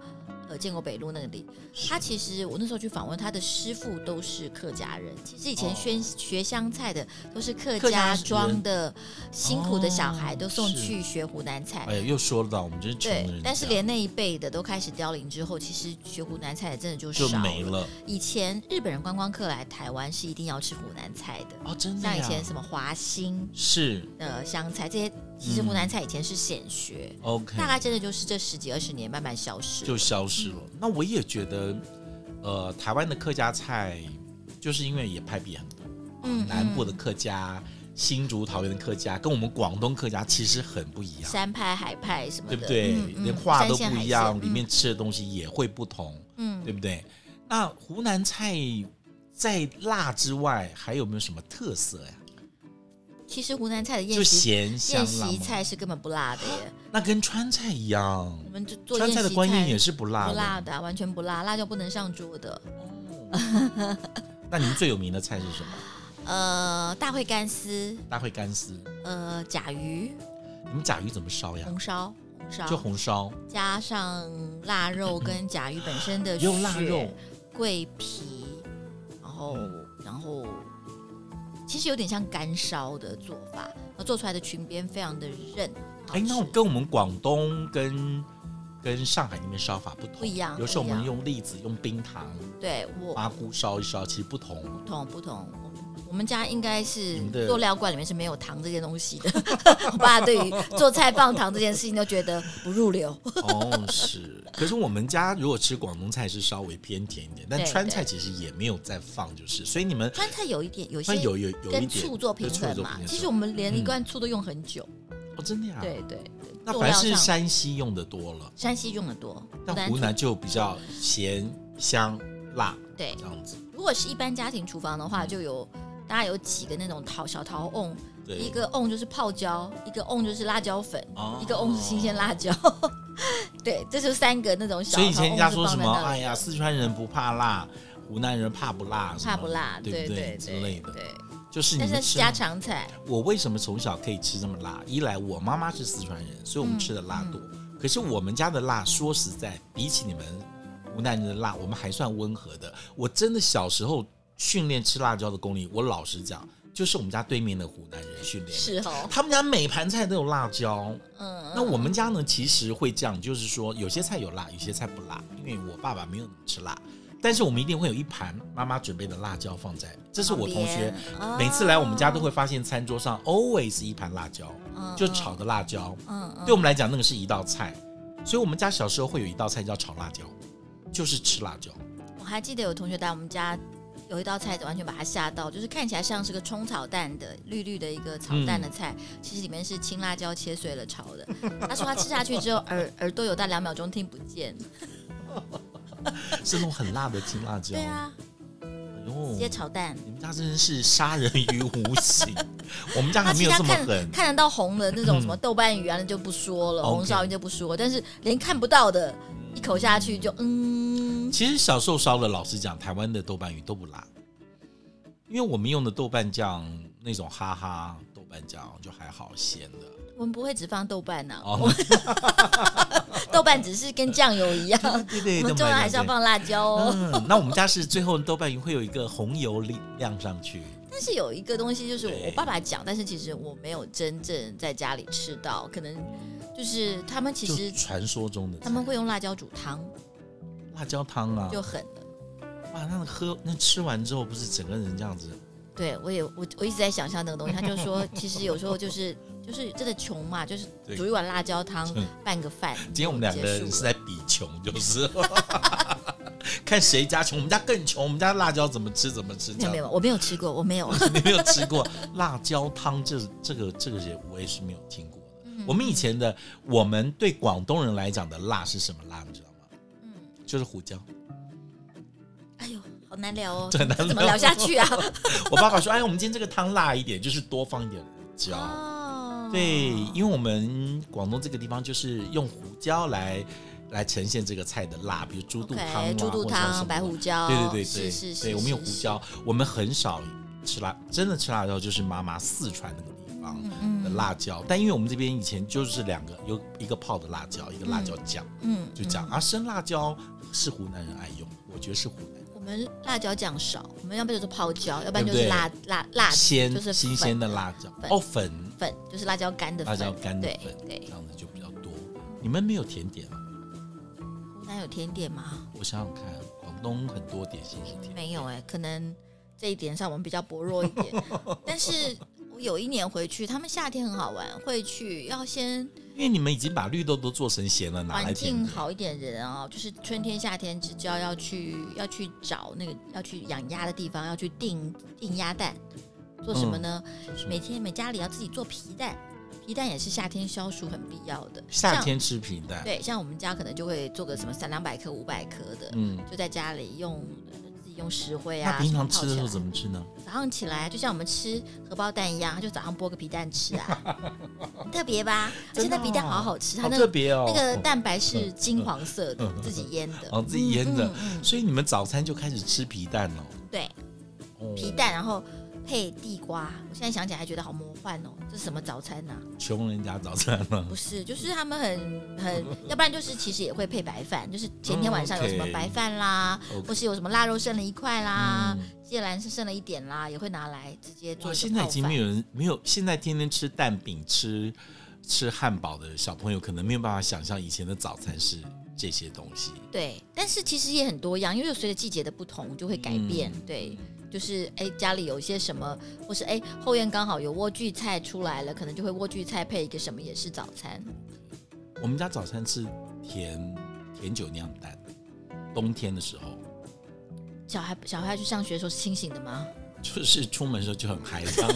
Speaker 3: 呃建国北路那里，他其实我那时候去访问他的师傅都是客家人。其实以前
Speaker 2: 哦
Speaker 3: 学、学湘菜的都是客
Speaker 2: 客家
Speaker 3: 家
Speaker 2: 人
Speaker 3: 庄的辛苦的小孩
Speaker 2: 哦
Speaker 3: 都送
Speaker 2: 是
Speaker 3: 去学湖南菜。
Speaker 2: 哎呀，又说到我们真是穷
Speaker 3: 对
Speaker 2: 人，，
Speaker 3: 但是连那一辈的都开始凋零之后，其实学湖南菜真的就
Speaker 2: 就
Speaker 3: 少
Speaker 2: 没
Speaker 3: 了。
Speaker 2: 了
Speaker 3: 以前日本人观光客来台湾是一定要吃湖南菜的，
Speaker 2: 哦，真的
Speaker 3: 像以
Speaker 2: 呀
Speaker 3: 前什么华兴
Speaker 2: 是
Speaker 3: 呃湘菜这些，其实
Speaker 2: 嗯
Speaker 3: 湖南菜以前是显学，
Speaker 2: OK，
Speaker 3: 大概真的就是这十几二十年慢慢消失
Speaker 2: 嗯
Speaker 3: 了。嗯
Speaker 2: 就消失了。那我也觉得，呃，台湾的客家菜就是因为也派别很多，
Speaker 3: 嗯
Speaker 2: 南部的客家、新竹、桃园的客家，跟我们广东客家其实很不一样，
Speaker 3: 山派海派什么
Speaker 2: 对
Speaker 3: 的，
Speaker 2: 不对？
Speaker 3: 嗯嗯
Speaker 2: 连话都
Speaker 3: 山鲜嗯
Speaker 2: 不
Speaker 3: 海
Speaker 2: 一样，
Speaker 3: 鲜
Speaker 2: 里面吃的东西也会不同，
Speaker 3: 嗯
Speaker 2: 对不对？那湖南菜在辣之外，还有没有什么特色呀？
Speaker 3: 嗯其实湖南菜的
Speaker 2: 就
Speaker 3: 宴席
Speaker 2: 咸香
Speaker 3: 宴
Speaker 2: 辣
Speaker 3: 席
Speaker 2: 吗？
Speaker 3: 菜是根本不辣的耶，
Speaker 2: 那跟川菜一样，
Speaker 3: 我们就做
Speaker 2: 川
Speaker 3: 宴
Speaker 2: 菜的
Speaker 3: 席
Speaker 2: 观音也
Speaker 3: 是
Speaker 2: 是不辣
Speaker 3: 不
Speaker 2: 的。
Speaker 3: 辣的啊，完全不辣，辣椒不能上桌的。
Speaker 2: 哦那你们最有名的菜是什么？
Speaker 3: 呃，大烩干丝，
Speaker 2: 大烩干丝。
Speaker 3: 呃，甲鱼
Speaker 2: 你们甲鱼怎么烧呀？
Speaker 3: 红烧，红烧
Speaker 2: 就红烧，
Speaker 3: 加上腊肉跟甲鱼本身的
Speaker 2: 也有腊
Speaker 3: 血
Speaker 2: 肉、嗯
Speaker 3: 桂皮，然后然后其实有点像干烧的做法，然后做出来的裙边非常的韧，好
Speaker 2: 哎，那我
Speaker 3: 吃
Speaker 2: 跟我们广东跟跟上海那边烧法不同，
Speaker 3: 不一样
Speaker 2: 有时候我
Speaker 3: 不一
Speaker 2: 们
Speaker 3: 样
Speaker 2: 用栗子、用冰糖、
Speaker 3: 对我
Speaker 2: 麻菇烧一烧，其实不同。
Speaker 3: 不同不同。我们我们家应该是
Speaker 2: 你们的
Speaker 3: 做料罐里面是没有糖这件东西的。 我爸对于做菜放糖这件事情都觉得不 入流。
Speaker 2: 哦，是。可是我们家如果吃广东菜是稍微偏甜一点，但
Speaker 3: 对
Speaker 2: 川菜其实也没有再放，就是。所以你们
Speaker 3: 川菜有一点，有一
Speaker 2: 那
Speaker 3: 些
Speaker 2: 有有有一
Speaker 3: 跟
Speaker 2: 点
Speaker 3: 醋做平
Speaker 2: 跟醋
Speaker 3: 衡
Speaker 2: 做
Speaker 3: 嘛
Speaker 2: 平。衡
Speaker 3: 其实我们连一罐醋都用很久。
Speaker 2: 哦，真的呀。
Speaker 3: 对。对对，
Speaker 2: 那
Speaker 3: 做
Speaker 2: 凡
Speaker 3: 料
Speaker 2: 是
Speaker 3: 上
Speaker 2: 山西用的多了，
Speaker 3: 山西用的多，
Speaker 2: 啊但湖南就比较咸香辣
Speaker 3: 对
Speaker 2: 这。样子。
Speaker 3: 如果是一般家庭厨房的
Speaker 2: 嗯
Speaker 3: 话，就有大家有几个那种陶小陶瓮，
Speaker 2: 对。
Speaker 3: 一个瓮就是泡椒，一个瓮就是辣椒粉，
Speaker 2: 哦
Speaker 3: 一个瓮是新鲜辣椒。 对，这就三个那种小。
Speaker 2: 所以以前人家说什么，哎
Speaker 3: 呀。
Speaker 2: 呀，四川人不怕辣，湖南人怕不辣，什么
Speaker 3: 怕不辣，
Speaker 2: 对
Speaker 3: 对
Speaker 2: 不
Speaker 3: 对
Speaker 2: 之类的。
Speaker 3: 对，
Speaker 2: 就是你
Speaker 3: 但是
Speaker 2: 们
Speaker 3: 那
Speaker 2: 吃
Speaker 3: 是家常菜，
Speaker 2: 我为什么从小可以吃这么辣？一来我妈妈是四川人，所以我
Speaker 3: 嗯
Speaker 2: 们吃的辣多。可是我们家的辣，说实在，比起你们湖南人的辣，我们还算温和的。我真的小时候训练吃辣椒的功力，我老实讲，就是我们家对面的湖南人训练的。
Speaker 3: 是哦，
Speaker 2: 他们家每盘菜都有辣椒，
Speaker 3: 嗯，
Speaker 2: 那我们家呢，其实会这样，就是说有些菜有辣，有些菜不辣，因为我爸爸没有那么吃辣。但是我们一定会有一盘妈妈准备的辣椒放在，这是我同学嗯
Speaker 3: 旁边
Speaker 2: 每次来我们家都会发现餐桌上 always 一盘辣椒，
Speaker 3: 嗯
Speaker 2: 就炒，的辣椒。
Speaker 3: 嗯嗯
Speaker 2: 对我们来讲，那个是一道菜，所以我们家小时候会有一道菜叫炒辣椒，就是吃辣椒。
Speaker 3: 我还记得有同学来我们家，有一道菜完全把他吓到，就是看起来像是个葱炒蛋的绿绿的一个炒蛋的
Speaker 2: 嗯
Speaker 3: 菜，其实里面是青辣椒切碎了炒的。 他说他吃下去之后耳耳朵有大两秒钟听不见，
Speaker 2: 是那种很辣的青辣椒。
Speaker 3: 对啊，直
Speaker 2: 哎
Speaker 3: 接
Speaker 2: 呦，
Speaker 3: 炒蛋。
Speaker 2: 你们家真是杀人于无 形，我们家
Speaker 3: 他
Speaker 2: 还没
Speaker 3: 其
Speaker 2: 有
Speaker 3: 他
Speaker 2: 这么
Speaker 3: 看
Speaker 2: 狠。
Speaker 3: 看得到红的那种
Speaker 2: 嗯
Speaker 3: 什么豆瓣鱼啊，那就不说了，
Speaker 2: OK
Speaker 3: 红烧鱼就不说，但是连看不到的，一口下去就嗯，
Speaker 2: 其实小时候烧的，老实讲，台湾的豆瓣鱼都不辣，因为我们用的豆瓣酱那种哈哈豆瓣酱就还好咸的。
Speaker 3: 我们不会只放豆瓣呐、
Speaker 2: 哦
Speaker 3: 我们豆瓣只是跟酱油一样，
Speaker 2: 对 对
Speaker 3: 我们重要还是要。放辣椒哦。
Speaker 2: 嗯，那我们家是最后豆瓣鱼会有一个红油亮上去，
Speaker 3: 但是有一个东西，就是我
Speaker 2: 对
Speaker 3: 我爸爸讲，但是其实我没有真正在家里吃到，可能就是他们其
Speaker 2: 就
Speaker 3: 实
Speaker 2: 传说中的
Speaker 3: 他们会用辣椒煮汤，
Speaker 2: 辣椒汤啊，
Speaker 3: 就狠了。
Speaker 2: 哇，那喝那吃完之后不是整个人这样子，
Speaker 3: 对我也我我一直在想象那个东西，他就说其实有时候就是 就是真的穷嘛，就是
Speaker 2: 对
Speaker 3: 煮一碗辣 椒汤
Speaker 2: 嗯
Speaker 3: 拌个饭。
Speaker 2: 今天我们两个人是在比穷，就是 了看谁家穷。我们家更穷，我们家辣椒怎么吃怎么吃，
Speaker 3: 没
Speaker 2: 这
Speaker 3: 有
Speaker 2: 样
Speaker 3: 没有，我没有吃过，我没有。
Speaker 2: 你没有吃过辣椒汤这这个这个也我也是没有听过的。
Speaker 3: 嗯
Speaker 2: 我们以前的我们对广东人来讲的辣是什么辣，你知道吗？
Speaker 3: 嗯，
Speaker 2: 就是胡椒。
Speaker 3: 哎呦，好难聊哦，
Speaker 2: 对难聊
Speaker 3: 怎么聊下 去啊？
Speaker 2: 我爸爸说：“哎，我们今天这个汤辣一点，就是多放一点胡椒。
Speaker 3: 哦
Speaker 2: 对，因为我们广东这个地方就是用胡椒来来呈现这个菜的辣，比如猪肚汤、啊、
Speaker 3: OK，猪肚
Speaker 2: 或者是什
Speaker 3: 汤、
Speaker 2: 么
Speaker 3: 白胡椒，
Speaker 2: 对对对对，
Speaker 3: 哦是是是，
Speaker 2: 对我们有
Speaker 3: 是
Speaker 2: 胡，椒，我们很少吃辣，真的吃辣椒就是妈妈四川那个地方
Speaker 3: 嗯
Speaker 2: 的辣椒，但因为我们这边以前就是两个，有一个泡的辣椒，一个辣椒酱，
Speaker 3: 嗯，
Speaker 2: 就这样。而、生辣椒是湖南人爱用，我觉得是湖南人
Speaker 3: 我们辣椒酱少，我们要不就是泡椒，要不然
Speaker 2: 对
Speaker 3: 就
Speaker 2: 不对
Speaker 3: 是辣辣辣，
Speaker 2: 鲜、
Speaker 3: 就是
Speaker 2: 新
Speaker 3: 粉
Speaker 2: 鲜的辣椒
Speaker 3: 粉
Speaker 2: 哦，粉
Speaker 3: 粉，就是辣椒干的
Speaker 2: 辣
Speaker 3: 粉，
Speaker 2: 椒干的
Speaker 3: 对
Speaker 2: 粉，这
Speaker 3: 对。
Speaker 2: 样子就比较多。你们没有甜点吗？
Speaker 3: 湖南有甜点吗？
Speaker 2: 我想想看，广东很多点心是甜的，
Speaker 3: 没有哎、可能这一点上我们比较薄弱 一点。但是我有一年回去，他们夏天很好玩，会去要先
Speaker 2: 因为你们已经把绿豆都做成咸了，拿来
Speaker 3: 环
Speaker 2: 甜
Speaker 3: 境
Speaker 2: 点。
Speaker 3: 好一点的人哦，就是春天夏天之交要去要去找那个要去养鸭的地方，要去订订鸭蛋，做什么呢？
Speaker 2: 嗯是
Speaker 3: 每天每家里要自己做皮蛋，皮蛋也是夏天消暑很必要的。
Speaker 2: 夏
Speaker 3: 像
Speaker 2: 天吃皮蛋，
Speaker 3: 对，像我们家可能就会做个什么三两百颗、五百颗的，
Speaker 2: 嗯，
Speaker 3: 就在家里用自己用石灰啊。
Speaker 2: 那平常吃的时
Speaker 3: 什
Speaker 2: 候
Speaker 3: 么
Speaker 2: 怎么吃呢？
Speaker 3: 泡起来？早上起来就像我们吃荷包蛋一样，就早上剥个皮蛋 吃啊，很特别吧？而且
Speaker 2: 真的
Speaker 3: 那
Speaker 2: 哦
Speaker 3: 皮蛋好好吃，它
Speaker 2: 好
Speaker 3: 嗯那
Speaker 2: 特
Speaker 3: 个
Speaker 2: 别哦，
Speaker 3: 那个蛋白是金黄色的
Speaker 2: 嗯嗯，
Speaker 3: 自己腌的。
Speaker 2: 哦自己腌的
Speaker 3: 嗯，嗯嗯
Speaker 2: 所以你们早餐就开始吃皮蛋哦。
Speaker 3: 对，
Speaker 2: 哦
Speaker 3: 皮蛋然后配地瓜。我现在想起来还觉得好魔幻哦，这是什么早餐呐？
Speaker 2: 穷人家早餐呢？
Speaker 3: 不是，就是他们 很很，要不然就是其实也会配白饭，就是前天晚上有什么
Speaker 2: OK
Speaker 3: 白饭啦，
Speaker 2: 嗯 OK
Speaker 3: 或是有什么腊肉剩了一块啦
Speaker 2: 嗯，
Speaker 3: 芥蓝是剩了一点啦，也会拿来直接啊做
Speaker 2: 哇，
Speaker 3: 一个
Speaker 2: 现在已
Speaker 3: 泡
Speaker 2: 经
Speaker 3: 饭
Speaker 2: 没有人没有，现在天天吃蛋饼、吃吃汉堡的小朋友，可能没有办法想象以前的早餐是这些东西。
Speaker 3: 对，但是其实也很多样，因为随着季节的不同就会改变。
Speaker 2: 嗯
Speaker 3: 对，就是哎家里有一些什么，或是哎后院刚好有莴苣菜出来了，可能就会莴苣菜配一个什么也是早餐。
Speaker 2: 我们家早餐吃甜甜酒酿蛋，冬天的时候
Speaker 3: 小孩小孩去上学的时候是清醒的吗？
Speaker 2: 就是出门的时候就很嗨， 这样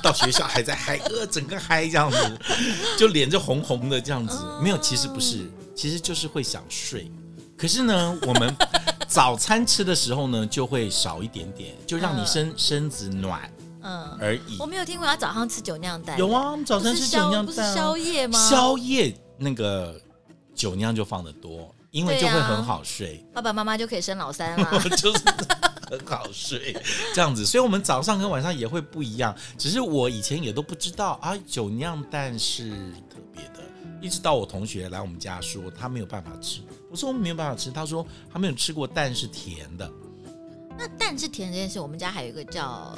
Speaker 2: 到学校还在嗨，呃，整个嗨这样子，就脸就红红的这样子。
Speaker 3: 哦
Speaker 2: 没有，其实不是，其实就是会想睡。可是呢，我们早餐吃的时候呢，就会少一点点，就让你身身子暖
Speaker 3: 嗯，
Speaker 2: 而已
Speaker 3: 我。没有听过他早上吃酒酿蛋。
Speaker 2: 有啊，我们早
Speaker 3: 不
Speaker 2: 餐
Speaker 3: 是
Speaker 2: 吃酒
Speaker 3: 宵
Speaker 2: 酿
Speaker 3: 不是
Speaker 2: 蛋、啊
Speaker 3: 宵，夜吗？
Speaker 2: 宵夜那个酒酿就放的多，因为就会很好睡。
Speaker 3: 爸爸妈妈就可以生老三啦。
Speaker 2: 就是很好睡这样子，所以我们早上跟晚上也会不一样。只是我以前也都不知道啊，酒酿蛋是特别的。一直到我同学来我们家说他没有办法吃，我说我没有办法吃，他说他没有吃过蛋是甜的，
Speaker 3: 那蛋是甜这件事，我们家还有一个叫，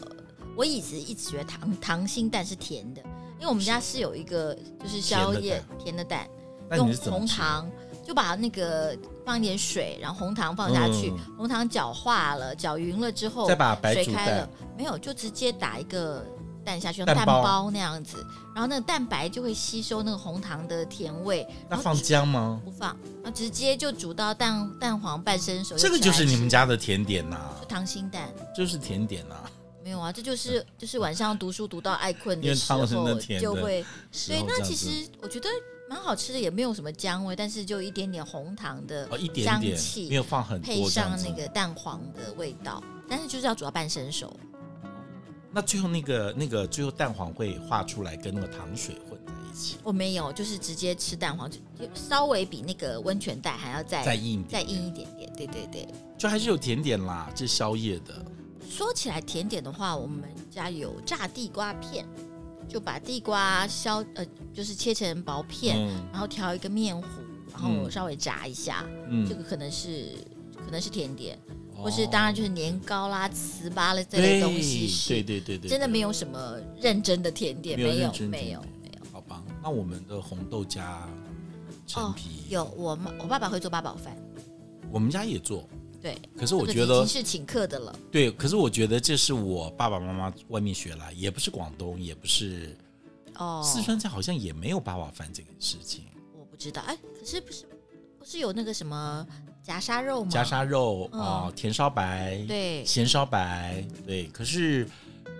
Speaker 3: 我一直一直觉得糖糖心蛋是甜的，因为我们家是有一个就是宵夜甜的蛋，
Speaker 2: 那你
Speaker 3: 用
Speaker 2: 是怎么
Speaker 3: 红
Speaker 2: 吃？
Speaker 3: 糖就把那个放一点水，然后红糖放下去，
Speaker 2: 嗯
Speaker 3: 红糖搅化了、搅匀了之后
Speaker 2: 再，把白
Speaker 3: 水
Speaker 2: 煮
Speaker 3: 开
Speaker 2: 蛋
Speaker 3: 了，没有就直接打一个蛋下去，像
Speaker 2: 蛋
Speaker 3: 蛋
Speaker 2: 包
Speaker 3: 包那样子，然后那个蛋白就会吸收那个红糖的甜味，
Speaker 2: 那
Speaker 3: 然后
Speaker 2: 放姜吗？
Speaker 3: 不放，那直接就煮到蛋蛋黄半生熟。
Speaker 2: 这个就是你们
Speaker 3: 家
Speaker 2: 家的甜点呐、
Speaker 3: 溏心蛋。
Speaker 2: 就是甜点呐、啊。
Speaker 3: 没有啊，这就是就是晚上读书读到爱困
Speaker 2: 因为
Speaker 3: 的时
Speaker 2: 汤是那
Speaker 3: 候
Speaker 2: 甜的
Speaker 3: 就会
Speaker 2: 时
Speaker 3: 对
Speaker 2: 候。这
Speaker 3: 那
Speaker 2: 样
Speaker 3: 其
Speaker 2: 子
Speaker 3: 实我觉得蛮好吃的，也没有什么姜味，但是就一点点红糖的
Speaker 2: 哦一点
Speaker 3: 香
Speaker 2: 点，
Speaker 3: 气
Speaker 2: 没有放很多
Speaker 3: 配
Speaker 2: 这样
Speaker 3: 上
Speaker 2: 子。
Speaker 3: 那个蛋黄的味道，但是就是要煮到半生熟。
Speaker 2: 那最后那个那个最后蛋黄会化出来，跟那个糖水混在一起，
Speaker 3: 我没有，就是直接吃蛋黄，就稍微比那个温泉蛋还要再
Speaker 2: 再硬一点
Speaker 3: 再硬一点点。对对对，
Speaker 2: 就还是有甜点啦，这宵夜的。
Speaker 3: 说起来甜点的话，我们家有炸地瓜片，就把地瓜削呃，就是切成薄片，
Speaker 2: 嗯
Speaker 3: 然后调一个面糊，然后
Speaker 2: 嗯
Speaker 3: 稍微炸一下，这
Speaker 2: 嗯，
Speaker 3: 个可能是可能是甜点，
Speaker 2: 哦
Speaker 3: 或是当然就是年糕啦、糍粑啦这类
Speaker 2: 对
Speaker 3: 东西
Speaker 2: 对
Speaker 3: 是，
Speaker 2: 对对对，
Speaker 3: 真的
Speaker 2: 对
Speaker 3: 没有什么认真的甜点，
Speaker 2: 没有
Speaker 3: 没
Speaker 2: 认
Speaker 3: 有
Speaker 2: 真甜
Speaker 3: 没有
Speaker 2: 点
Speaker 3: 没有。
Speaker 2: 好吧。那我们的红豆加陈
Speaker 3: 哦
Speaker 2: 皮，
Speaker 3: 有我妈我爸爸会做八宝饭，
Speaker 2: 我们家也做，
Speaker 3: 对，
Speaker 2: 可是我
Speaker 3: 这个
Speaker 2: 觉
Speaker 3: 已
Speaker 2: 得
Speaker 3: 经是请客的了，
Speaker 2: 对，可是我觉得这是我爸爸妈妈外面学来，也不是广东，也不是
Speaker 3: 哦，
Speaker 2: 四川菜，好像也没有八宝饭这个事情。
Speaker 3: 我不知道，哎，可是不是不是有那个什么夹沙肉吗？
Speaker 2: 夹沙肉
Speaker 3: 嗯
Speaker 2: 哦，甜烧白，
Speaker 3: 对，
Speaker 2: 咸烧白，对。可是，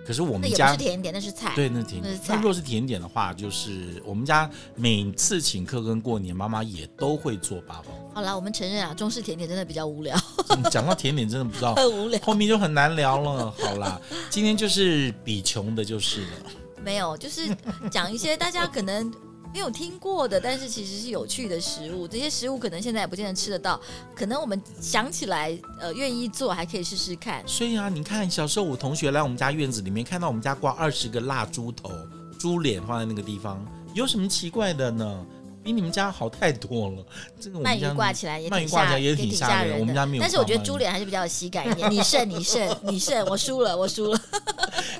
Speaker 2: 可是我
Speaker 3: 那
Speaker 2: 们
Speaker 3: 也不
Speaker 2: 家
Speaker 3: 是甜点，那是菜。
Speaker 2: 对那甜点
Speaker 3: 那是，
Speaker 2: 那
Speaker 3: 菜
Speaker 2: 如果是甜点的话，就是我们家每次请客跟过年，妈妈也都会做八宝。
Speaker 3: 好啦，我们承认啊，中式甜点真的比较无聊，。
Speaker 2: 嗯讲到甜点，真的不知道
Speaker 3: 很无聊。
Speaker 2: 后面就很难聊了，好啦，今天就是比穷的，就是了。
Speaker 3: 没有，就是 讲一些大家可能没有听过的，但是其实是有趣的食物。这些食物可能现在也不见得吃得到，可能我们想起来，呃，愿意做还可以试试看。
Speaker 2: 所以啊，你看，小时候我同学来我们家院子里面，看到我们家挂二十个蜡猪头、猪脸放在那个地方，有什么奇怪的呢？比你们家好太多了。这个我
Speaker 3: 鳗
Speaker 2: 们家
Speaker 3: 鱼挂起来也
Speaker 2: 鳗鱼
Speaker 3: 挺
Speaker 2: 挂起
Speaker 3: 吓，
Speaker 2: 来也挺
Speaker 3: 挺
Speaker 2: 吓
Speaker 3: 吓
Speaker 2: 人
Speaker 3: 人的。
Speaker 2: 我们家没有
Speaker 3: 但是我
Speaker 2: 挂
Speaker 3: 觉
Speaker 2: 鳗
Speaker 3: 得
Speaker 2: 鱼
Speaker 3: 猪脸还是比较有喜 感一点。你胜，你胜，你胜，我输了，我输了。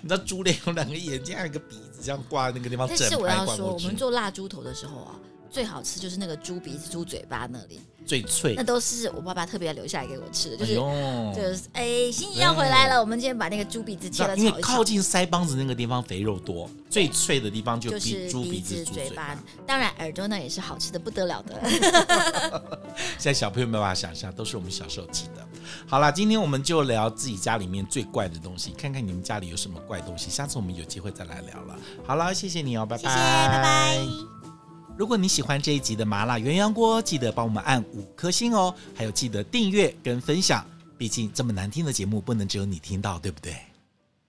Speaker 2: 你知道猪脸有两个眼睛，还有一个鼻子，这样挂在那个地方，
Speaker 3: 但
Speaker 2: 整
Speaker 3: 是我
Speaker 2: 排
Speaker 3: 要
Speaker 2: 挂
Speaker 3: 说，
Speaker 2: 过
Speaker 3: 我
Speaker 2: 去
Speaker 3: 们，做蜡猪头的时候啊，最好吃就是那个猪鼻子、猪嘴巴那里，
Speaker 2: 最脆
Speaker 3: 那。都是我爸爸特别留下来给我吃的，就是。
Speaker 2: 哎
Speaker 3: 就
Speaker 2: 呦
Speaker 3: 是哎，心仪要回来了，我们今天把那个猪鼻子
Speaker 2: 你
Speaker 3: 切
Speaker 2: 知道
Speaker 3: 了
Speaker 2: 因为
Speaker 3: 炒一炒
Speaker 2: 靠。近腮帮子那个地方肥肉多，最脆的地方就
Speaker 3: 就是
Speaker 2: 比猪
Speaker 3: 鼻
Speaker 2: 鼻
Speaker 3: 子、
Speaker 2: 子、猪
Speaker 3: 嘴
Speaker 2: 嘴
Speaker 3: 巴
Speaker 2: 巴。，
Speaker 3: 当然耳朵呢也是好吃的不得了的。
Speaker 2: 现在小朋友没办法想象，都是我们小时候吃的。好啦，今天我们就聊自己家里面最怪的东西，看看你们家里有什么怪东西。下次我们有机会再来聊了。好啦，谢谢你哦，拜拜，
Speaker 3: 谢谢，拜拜。
Speaker 2: 如果你喜欢这一集的麻辣鸳鸯锅，记得帮我们按五颗星哦，还有记得订阅跟分享，毕竟这么难听的节目不能只有你听到，对不对？